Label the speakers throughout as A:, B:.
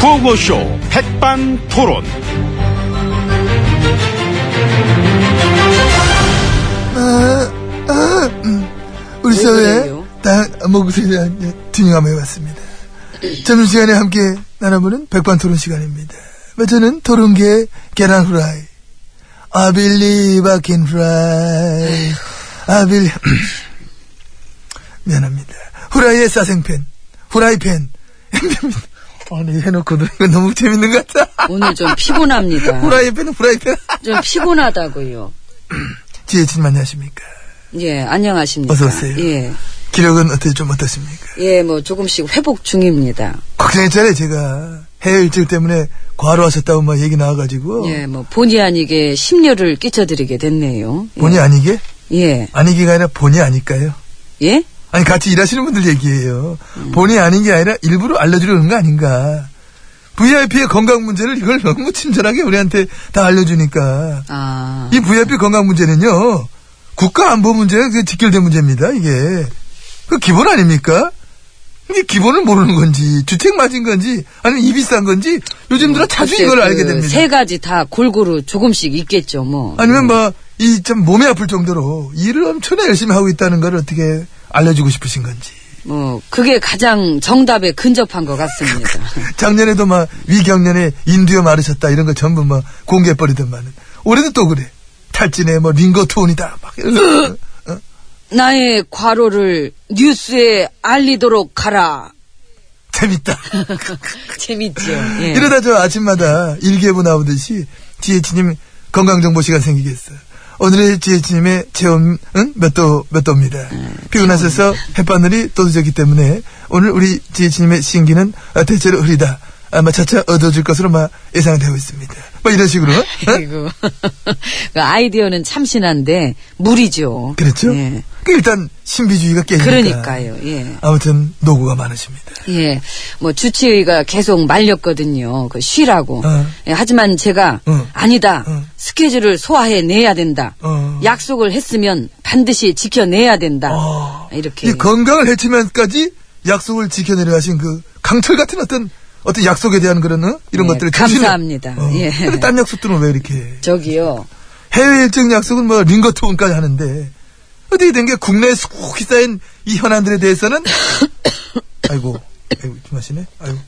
A: 구호쇼 백반 토론.
B: 우리
C: 왜
B: 사회에
C: 네, 그래요?
B: 다양한 목소리에 대한 튜닝함에 왔습니다. 점심시간에 함께 나눠보는 백반토론 시간입니다. 뭐 저는 토론계의 계란 후라이. I believe I can fly. I believe. 미안합니다. 후라이의 사생팬. 후라이팬. 아니, 해놓고도 이거 너무 재밌는 것 같다.
C: 오늘 좀 피곤합니다.
B: 후라이팬, 후라이팬.
C: 좀 피곤하다고요.
B: 지혜진님 안녕하십니까.
C: 예, 안녕하십니까.
B: 어서 오세요.
C: 예,
B: 기력은 어떻게 좀 어떻습니까?
C: 예, 뭐 조금씩 회복 중입니다.
B: 걱정했잖아요, 제가. 해외 일정 때문에 과로 하셨다고 막 얘기 나와가지고.
C: 예, 뭐 본의 아니게 심려를 끼쳐드리게 됐네요. 예.
B: 본의 아니게?
C: 예,
B: 아니게가 아니라 본의 아닐까요?
C: 예,
B: 아니, 같이 일하시는 분들 얘기예요. 본의 아닌 게 아니라 일부러 알려주려는 거 아닌가. VIP의 건강 문제를 이걸 너무 친절하게 우리한테 다 알려주니까.
C: 아,
B: 이 VIP 건강 문제는요, 국가 안보 문제가 그 직결된 문제입니다, 이게. 그 기본 아닙니까? 이게 기본을 모르는 건지, 주책 맞은 건지, 아니면 입이 싼 건지, 요즘 들어 자주
C: 글쎄,
B: 이걸
C: 그
B: 알게 됩니다.
C: 세 가지 다 골고루 조금씩 있겠죠, 뭐.
B: 아니면 뭐, 이 참 몸이 아플 정도로 일을 엄청나 열심히 하고 있다는 걸 어떻게 알려주고 싶으신 건지.
C: 뭐 그게 가장 정답에 근접한 것 같습니다.
B: 작년에도 막 위경련에 인두염 앓으셨다 이런 거 전부 막 공개해버리더만은. 올해도 또 그래. 탈진에 뭐 링거 투혼이다. 막 이런 거.
C: 나의 과로를 뉴스에 알리도록 하라.
B: 재밌다.
C: 재밌죠. 예.
B: 그, 이러다 저 아침마다 일기예보 나오듯이 지혜치님 건강정보 시간 생기겠어. 오늘의 지혜치님의 체온은 몇 도, 몇 도입니다.
C: 예,
B: 피곤하셔서 햇바늘이 떠들졌기 때문에 오늘 우리 지혜치님의 신기는 아, 대체로 흐리다. 아마 차차 얻어질 것으로 막 예상되고 있습니다. 뭐 이런 식으로. 어?
C: 아이고. 그 아이디어는 참신한데, 무리죠.
B: 그렇죠?
C: 예.
B: 그 일단 신비주의가 깨지니까.
C: 그러니까요, 예.
B: 아무튼 노고가 많으십니다.
C: 예. 뭐, 주치의가 계속 말렸거든요. 그 쉬라고.
B: 어.
C: 예, 하지만 제가,
B: 어.
C: 아니다.
B: 어.
C: 스케줄을 소화해 내야 된다.
B: 어.
C: 약속을 했으면 반드시 지켜내야 된다.
B: 어.
C: 이렇게.
B: 이 건강을 해치면까지 약속을 지켜내려 하신 그 강철 같은 어떤 어떤 약속에 대한 그런 어? 이런
C: 네,
B: 것들을
C: 감사합니다.
B: 정신을-
C: 예.
B: 근데 딴 약속들은 왜 이렇게
C: 저기요.
B: 해외 일정 약속은 뭐 링거투혼까지 하는데 어떻게 된 게 국내에 속히 쌓인 이 현안들에 대해서는 아이고 아이고 좀 하시네 아이고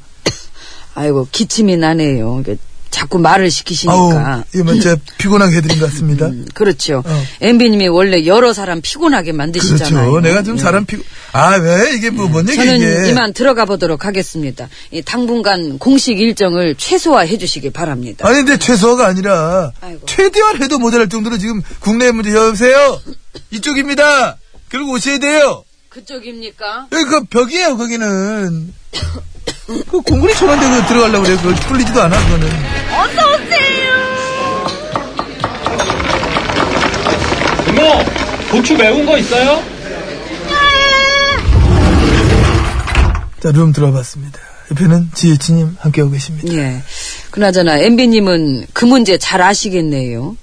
C: 아이고, 기침이 나네요. 이게 자꾸 말을 시키시니까.
B: 아우 이거 뭐 제가 피곤하게 해드린 것 같습니다
C: 그러니까. 음, 그렇죠.
B: 어.
C: 엠비님이 원래 여러 사람 피곤하게 만드시잖아요.
B: 그렇죠 내가 좀
C: 예.
B: 사람 피고 아 왜 이게 뭐 뭔 얘기
C: 저는
B: 이게
C: 이만 들어가 보도록 하겠습니다. 이 당분간 공식 일정을 최소화해 주시기 바랍니다.
B: 아니 근데 최소화가 아니라
C: 아이고.
B: 최대한 해도 모자랄 정도로 지금 국내 문제 여보세요 이쪽입니다 그리고 오셔야 돼요
C: 그쪽입니까?
B: 여기 그 벽이에요 거기는 그 공군이 저런데 그 들어가려고 그래 그걸 뚫리지도 않아 그거는
D: 이모, 뭐, 고추 매운 거 있어요?
B: 자 룸 들어봤습니다 옆에는 지혜진님 함께하고 계십니다
C: 예. 그나저나 엠비님은 그 문제 잘 아시겠네요.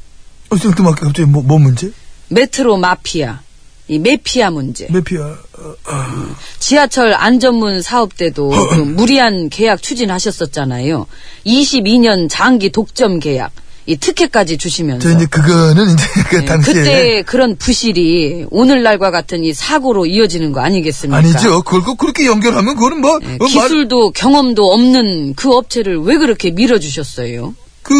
B: 어 지금 또 막 갑자기 뭐, 뭐 문제?
C: 메트로 마피아. 이 메피아 문제.
B: 매피아 어,
C: 지하철 안전문 사업 때도 그 무리한 계약 추진하셨었잖아요. 22년 장기 독점 계약. 이 특혜까지 주시면서.
B: 저 이제 그거는 이제 그
C: 예,
B: 당시에
C: 그때 그런 부실이 오늘날과 같은 이 사고로 이어지는 거 아니겠습니까?
B: 아니죠 그걸 꼭 그렇게 연결하면 그거는 뭐
C: 예,
B: 어, 말-
C: 그러니까. 기술도 경험도 없는 그 업체를 왜 그렇게 밀어주셨어요?
B: 그,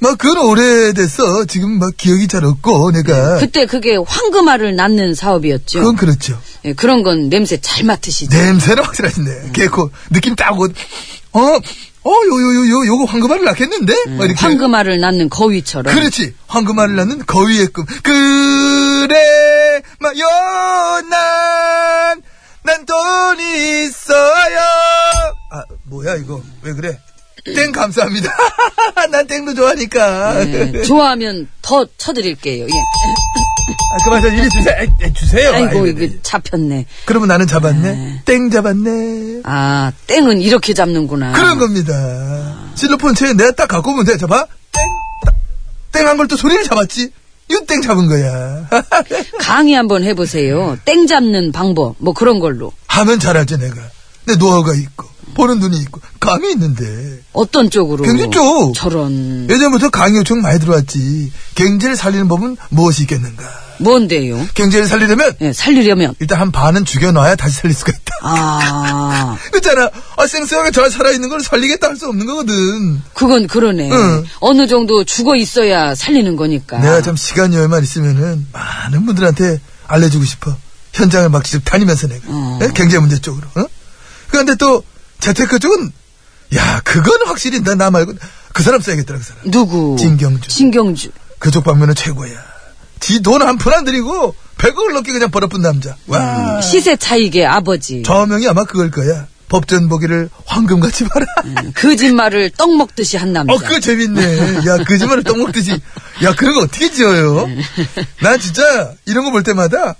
B: 막, 그건 오래됐어. 지금 막 기억이 잘 없고, 내가.
C: 네, 그때 그게 황금알을 낳는 사업이었죠.
B: 네. 그건 네, 그렇죠.
C: 예, 그런 건 냄새 잘 맡으시죠.
B: 냄새는
C: 음.
B: 확실하신데. 개코, 느낌 딱 오고, 어, 어, 요, 요, 요, 요, 요거 황금알을 낳겠는데? 막 이렇게.
C: 음. 황금알을 낳는 거위처럼.
B: 그렇지. 황금알을 낳는 거위의 꿈. 그래, 막, 요, 난, 난 돈이 있어요. 아, 뭐야, 이거. 왜 그래? 땡 감사합니다. 난 땡도 좋아하니까.
C: 예, 좋아하면 더 쳐드릴게요. 예.
B: 아, 그만, 저 이리 주세요. 에이, 에이, 주세요.
C: 아이고
B: 아이고, 예.
C: 이게 잡혔네.
B: 그러면 나는 잡았네. 땡 잡았네.
C: 아 땡은 이렇게 잡는구나.
B: 그런 겁니다. 실로폰 채 내가 딱 갖고 오면 돼. 잡아. 땡. 땡한 걸 또 소리를 잡았지. 이건 땡 잡은 거야.
C: 강의 한번 해보세요. 땡 잡는 방법 뭐 그런 걸로.
B: 하면 잘하지, 내가. 내 노하우가 있고. 보는 눈이 있고 감이 있는데
C: 어떤 쪽으로?
B: 경제 쪽.
C: 저런.
B: 예전부터 강의 요청 많이 들어왔지. 경제를 살리는 법은 무엇이 있겠는가?
C: 뭔데요?
B: 경제를 살리려면
C: 예, 살리려면.
B: 일단 한 반은 죽여놔야 다시 살릴 수가 있다.
C: 아,
B: 그렇잖아. 아, 쌩쌩하게 잘 살아있는 걸 살리겠다 할 수 없는 거거든.
C: 그건 그러네.
B: 응.
C: 어느 정도 죽어 있어야 살리는 거니까.
B: 내가 참 시간 여유만 있으면은 많은 분들한테 알려주고 싶어. 현장을 막 직접 다니면서 내가.
C: 어.
B: 예? 경제 문제 쪽으로. 어? 그런데 또 재테크 쪽은 야, 그건 확실히 나, 나 말고 그 사람 써야겠더라, 그 사람.
C: 누구?
B: 진경주.
C: 진경주.
B: 그쪽 방면은 최고야. 지 돈 한 푼 안 드리고 100억을 넘게 그냥 벌어뿐 남자. 와.
C: 시세 차익의 아버지.
B: 저명이 아마 그걸 거야. 법전 보기를 황금같이 봐라.
C: 거짓말을 떡 먹듯이 한 남자.
B: 어, 그거 재밌네. 야, 거짓말을 떡 먹듯이. 야, 그런 거 어떻게 지어요? 난 진짜 이런 거 볼 때마다,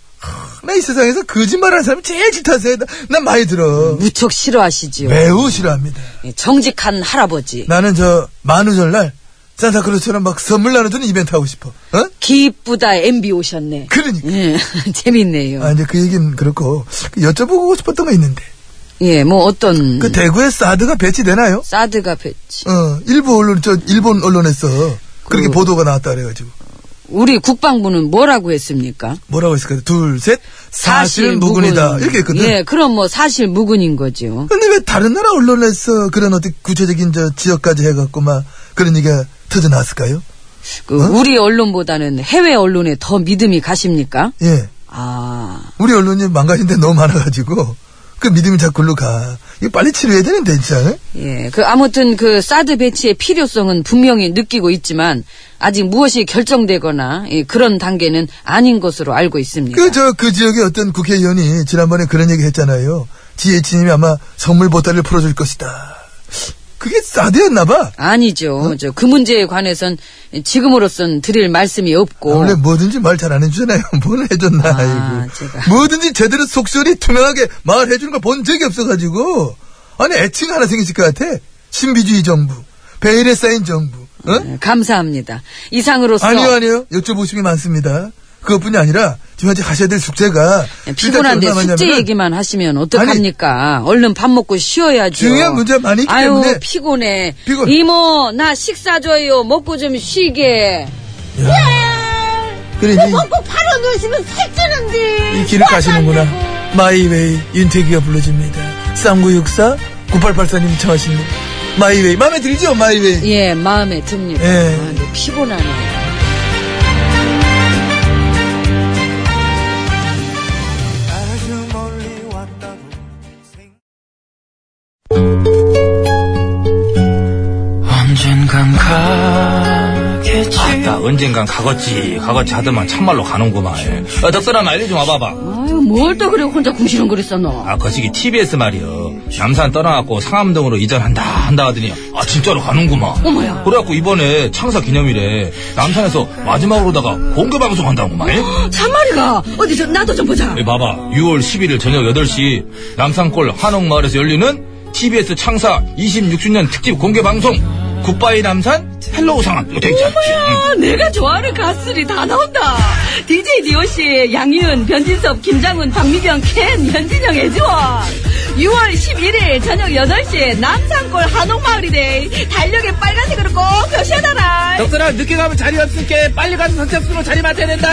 B: 나 이 세상에서 거짓말 하는 사람이 제일 싫다세요. 난 많이 들어.
C: 무척 싫어하시지요.
B: 매우 싫어합니다.
C: 예, 정직한 할아버지.
B: 나는 저, 만우절날, 산타크로스처럼 막 선물 나눠주는 이벤트 하고 싶어. 어?
C: 기쁘다 MB 오셨네.
B: 그러니까.
C: 예, 재밌네요.
B: 아, 이제 그 얘기는 그렇고, 그 여쭤보고 싶었던 거 있는데.
C: 예, 뭐 어떤
B: 그 대구에 사드가 배치되나요?
C: 사드가 배치.
B: 어, 일부 언론, 저, 일본 언론에서 그렇게
C: 그-
B: 보도가 나왔다 그래가지고.
C: 우리 국방부는 뭐라고 했습니까?
B: 뭐라고 했을까요? 둘, 셋. 사실 무근이다.
C: 무근.
B: 이렇게 했거든.
C: 예, 그럼 뭐 사실 무근인 거지요.
B: 근데 왜 다른 나라 언론에서 그런 어떤 구체적인 저 지역까지 해갖고 막 그런 얘기가 터져 나왔을까요?
C: 그
B: 어?
C: 우리 언론보다는 해외 언론에 더 믿음이 가십니까?
B: 예.
C: 아,
B: 우리 언론이 망가진 데 너무 많아가지고 그 믿음이 자꾸 글로 가. 이거 빨리 치료해야 되는데, 진짜.
C: 예. 그 아무튼 그 사드 배치의 필요성은 분명히 느끼고 있지만 아직 무엇이 결정되거나 예, 그런 단계는 아닌 것으로 알고 있습니다.
B: 그, 저, 그 지역의 어떤 국회의원이 지난번에 그런 얘기 했잖아요. 지혜진님이 아마 선물 보따리를 풀어줄 것이다. 그게 사드였나봐.
C: 아니죠.
B: 어?
C: 저 그 문제에 관해선 지금으로선 드릴 말씀이 없고.
B: 아, 원래 뭐든지 말 잘 안 해주잖아요. 뭘 해줬나,
C: 어. 아,
B: 아이고.
C: 제가.
B: 뭐든지 제대로 속시원히 투명하게 말해주는 걸 본 적이 없어가지고. 아니, 애칭 하나 생기실 것 같아. 신비주의 정부. 베일에 쌓인 정부. 어?
C: 예, 감사합니다. 이상으로서
B: 아니요, 아니요. 여쭤보심이 많습니다. 그것뿐이 아니라, 지금 현재 하셔야 될 숙제가.
C: 예, 피곤한데
B: 일단
C: 숙제
B: 얼마냐면은
C: 얘기만 하시면 어떡합니까? 얼른 밥 먹고 쉬어야죠.
B: 중요한 문제 많이 있기
C: 아유,
B: 때문에.
C: 피곤해.
B: 피곤-
C: 이모, 나 식사 줘요. 먹고 좀 쉬게.
B: 그래,
C: 뭐,
B: 이제
E: 먹고 뭐, 팔아 놓으시면 살찌는데.
B: 네.
E: 뭐
B: 이 길을
C: 뭐,
B: 가시는구나. 마이웨이 윤태기가 불러줍니다. 쌍구육사 9884님 청하십니다. 마이웨이. 마음에 들죠, 마이웨이.
C: 예, 마음에 듭니다.
B: 예.
C: 아, 근데 피곤하네.
F: 언젠간 가겠지
D: 아따 언젠간 가겠지 가겠지 하더만 참말로 가는구만 어, 덕선아 말리 좀 와봐봐
C: 아유, 뭘 또 그래 혼자 궁시렁거렸어 너.
D: 아 거시기 TBS 말이여 남산 떠나갖고 상암동으로 이전한다 한다 하더니 아 진짜로 가는구만
C: 어머야.
D: 그래갖고 이번에 창사 기념일에 남산에서 마지막으로다가 공개 방송한다구만 예?
C: 참말이가 어디 좀 나도 좀 보자.
D: 예, 봐봐 6월 11일 저녁 8시 남산골 한옥마을에서 열리는 TBS 창사 26주년 특집 공개 방송 굿바이 남산 헬로우 상암 이거 되있지 않지
G: 아, 내가 좋아하는 가수들이 다 나온다. DJ 디오씨, 양희은, 변진섭, 김장훈, 박미경, 켄, 현진영, 애지원. 6월 11일 저녁 8시에 남산골 한옥마을이래. 달력에 빨간색으로 꼭 표시해놔라.
D: 덕선아 늦게 가면 자리 없을게 빨리 가서 선착순으로 자리 맡아야 된다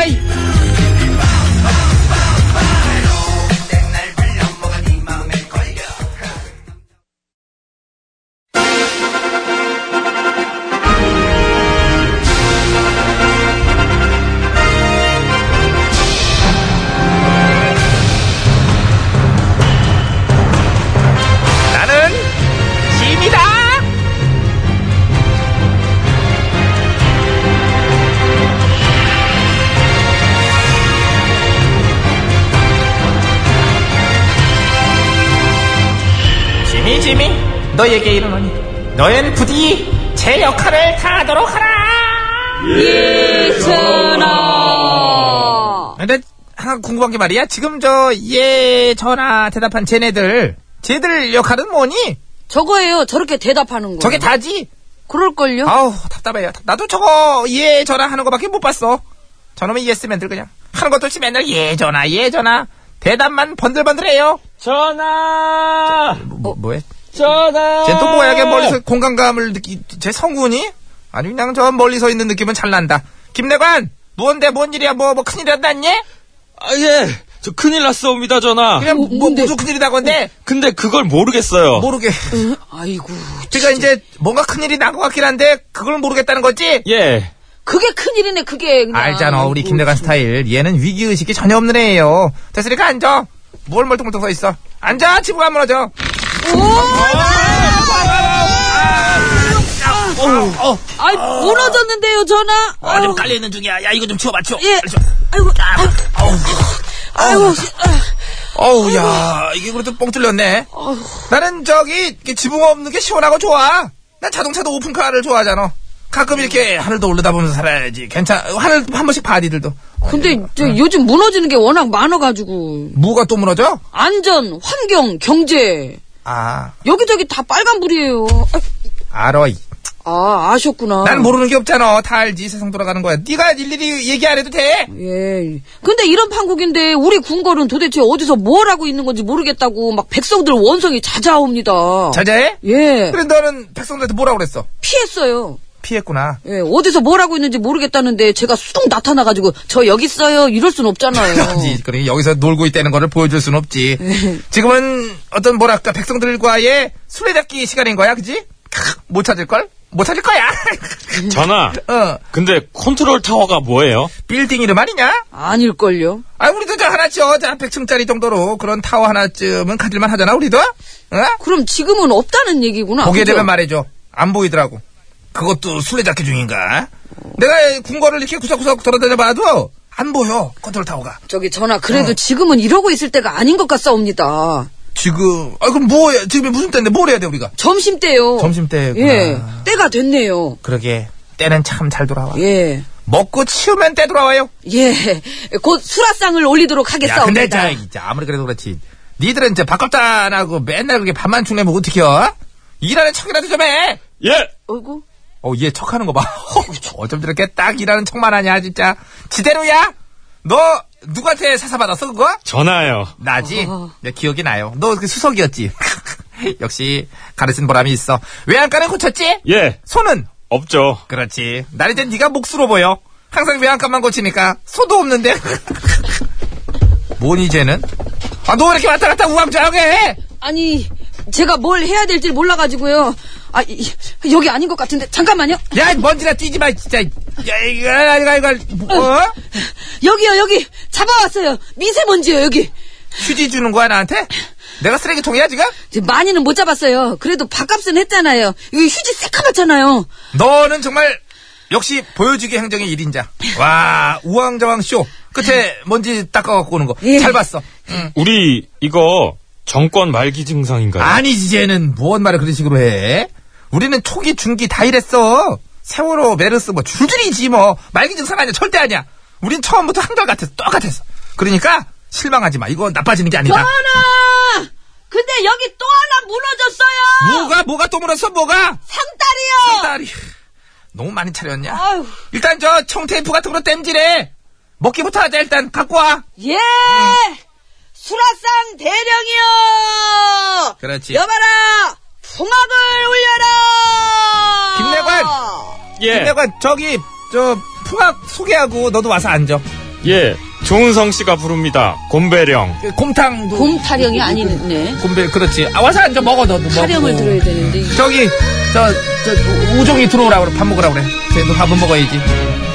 A: 나는 짐이다.
H: 지미 지미 너에게 이르노니 너엔 부디 제 역할을 다하도록 하라
C: 예천아.
H: 근데 하나 궁금한 게 말이야 지금 저 예 전화 대답한 쟤네들 쟤들 역할은 뭐니?
C: 저거예요. 저렇게 대답하는 거.
H: 저게 다지?
C: 그럴걸요?
H: 아우 답답해요 나도 저거 예 전화 하는 거밖에 못 봤어 저놈의 예스맨들 그냥 하는 것도 없이 맨날 예 전화 예 전화 대답만 번들번들해요 전화 뭐, 뭐야
D: 전화.
H: 쟨 또 뭐야, 걔 멀리서 공간감을 느끼, 제 성운이? 아니, 그냥 저 멀리서 있는 느낌은 잘 난다. 김내관! 뭔데, 뭔 일이야, 뭐, 뭐, 큰일 났다니?
I: 아, 예. 저 큰일 났습니다, 전화.
H: 그냥,
C: 뭐,
H: 뭐,
C: 뭔데?
H: 무슨 큰일이다건데?
I: 근데 그걸 모르겠어요.
H: 모르게.
C: 아이고.
H: 제가 이제, 뭔가 큰일이 난 것 같긴 한데, 그걸 모르겠다는 거지?
I: 예.
C: 그게 큰일이네, 그게. 그냥.
H: 알잖아, 우리 김내관 스타일. 얘는 위기의식이 전혀 없는 애예요. 됐으니까 앉아. 뭘 멀뚱멀뚱 서 있어. 앉아, 지구가 무너져.
C: 아이, 무너졌는데요, 전화.
H: 아,
C: 아유,
H: 좀 깔려있는 중이야. 야, 이거 좀 치워봐, 치워.
C: 예.
H: 빨리 치워.
C: 아이고, 아이고, 아이고,
H: 어우, 야, 이게 그래도 뻥 뚫렸네. 나는 저기, 이렇게 지붕 없는 게 시원하고 좋아. 난 자동차도 오픈카를 좋아하잖아. 가끔 이렇게 하늘도 올려다보면서 살아야지. 괜찮, 하늘 한 번씩 봐, 니들도.
C: 근데 저 요즘 무너지는 게 워낙 많아가지고
H: 무가 또 무너져?
C: 안전, 환경, 경제
H: 아,
C: 여기저기 다 빨간불이에요.
H: 알어. 이.
C: 아, 아셨구나.
H: 난 모르는 게 없잖아. 다 알지. 세상 돌아가는 거야. 네가 일일이 얘기 안 해도 돼.
C: 예. 근데 이런 판국인데 우리 궁궐은 도대체 어디서 뭘 하고 있는 건지 모르겠다고 막 백성들 원성이 자자옵니다.
H: 자자해?
C: 예.
H: 그래, 너는 백성들한테 뭐라고 그랬어?
C: 피했어요.
H: 피했구나.
C: 예, 어디서 뭘 하고 있는지 모르겠다는데 제가 쑥 나타나가지고 저 여기 있어요 이럴 순 없잖아요.
H: 그러지. 그러니 여기서 놀고 있다는 거를 보여줄 순 없지. 지금은 어떤 뭐랄까 백성들과의 술래잡기 시간인 거야, 그지? 캬, 못 찾을 걸? 못 찾을 거야.
I: 전화.
H: 어,
I: 근데 컨트롤 타워가 뭐예요?
H: 빌딩 이름 아니냐?
C: 아닐걸요.
H: 아, 우리도 저 하나 지어. 자, 100층짜리 정도로 그런 타워 하나쯤은 가질만 하잖아, 우리도. 어?
C: 그럼 지금은 없다는 얘기구나.
H: 보게
C: 그죠?
H: 되면 말해줘. 안 보이더라고. 그것도 술래잡기 중인가? 내가 궁궐을 이렇게 구석구석 돌아다녀 봐도 안 보여. 컨트롤 타워가.
C: 저기 전화
H: 어.
C: 그래도 지금은 이러고 있을 때가 아닌 것 같사옵니다.
H: 지금 아 그럼 뭐 해야- 지금 무슨 때인데 뭘 해야 돼 우리가?
C: 점심 때요.
H: 점심 때구나.
C: 예, 때가 됐네요.
H: 그러게 때는 참 잘 돌아와.
C: 예.
H: 먹고 치우면 때 돌아와요.
C: 예, 곧 수라상을 올리도록
H: 야, 근데
C: 하겠사옵니다.
H: 자, 이제 아무리 그래도 그렇지. 니들은 이제 밥값도 안 하고 맨날 그렇게 밥만 축내면 어떻게 해? 일하는 척이라도 좀 해.
I: 예!
C: 어이구,
H: 어, 얘 척하는 거 봐. 어쩜 저렇게 딱 일하는 척만 하냐, 진짜. 지대로야. 너 누구한테 사사 받았어 그거?
I: 전화요.
H: 나지? 내 기억이 나요. 너 그 수석이었지. 역시 가르친 보람이 있어. 외양간은 고쳤지?
I: 예.
H: 손은
I: 없죠.
H: 그렇지. 날 이제 네가 목수로 보여. 항상 외양간만 고치니까 소도 없는데. 뭔 이제는? 아, 너 왜 이렇게 왔다 갔다 우왕좌왕해?
C: 아니 제가 뭘 해야 될지 몰라가지고요. 아 이- 여기 아닌 것 같은데 잠깐만요.
H: 야, 이 먼지나 뛰지 마, 진짜. 야, 이거, 이거, 이거, 뭐, 어?
C: 여기요 여기 잡아왔어요. 미세먼지요 여기.
H: 휴지 주는 거야, 나한테? 내가 쓰레기통이야, 지금?
C: 이제 많이는 못 잡았어요. 그래도 밥값은 했잖아요. 이거 휴지 새까맣잖아요.
H: 너는 정말, 역시, 보여주기 행정의 일인자. 와, 우왕좌왕 쇼. 끝에 먼지 닦아갖고 오는 거.
C: 예.
H: 잘 봤어.
I: 우리 이거 정권 말기 증상인가요?
H: 아니지, 쟤는 무언 말을 그런 식으로 해. 우리는 초기, 중기 다 이랬어. 세월호, 메르스 뭐 줄줄이지 뭐. 말기 증상 아니야. 절대 아니야. 우린 처음부터 한결같았어. 똑같았어. 그러니까 실망하지 마. 이거 나빠지는 게 아니다.
C: 전화! 근데 여기 또 하나 무너졌어요.
H: 뭐가 뭐가 또 물었어 뭐가?
C: 상다리요.
H: 딸이 너무 많이 차렸냐?
C: 아유.
H: 일단 저 청테이프 같은 거로 땜질해. 먹기부터 하자 일단 갖고 와.
C: 예! 수라상 대령이요!
H: 그렇지.
C: 여봐라! 풍악을 울려라!
H: 김내관!
I: 예.
H: 내가 저기 저 풍악 소개하고 너도 와서 앉아.
I: 예. 조은성 씨가 부릅니다. 곰배령.
H: 그 곰탕도
C: 곰타령이 아니네.
H: 곰배 그렇지. 아 와서 앉아 먹어 너도.
C: 타령을
H: 먹고.
C: 들어야 되는데.
H: 저기 저 저 우종이 들어오라 그래 밥 먹으라 그래. 쟤도 밥은 먹어야지.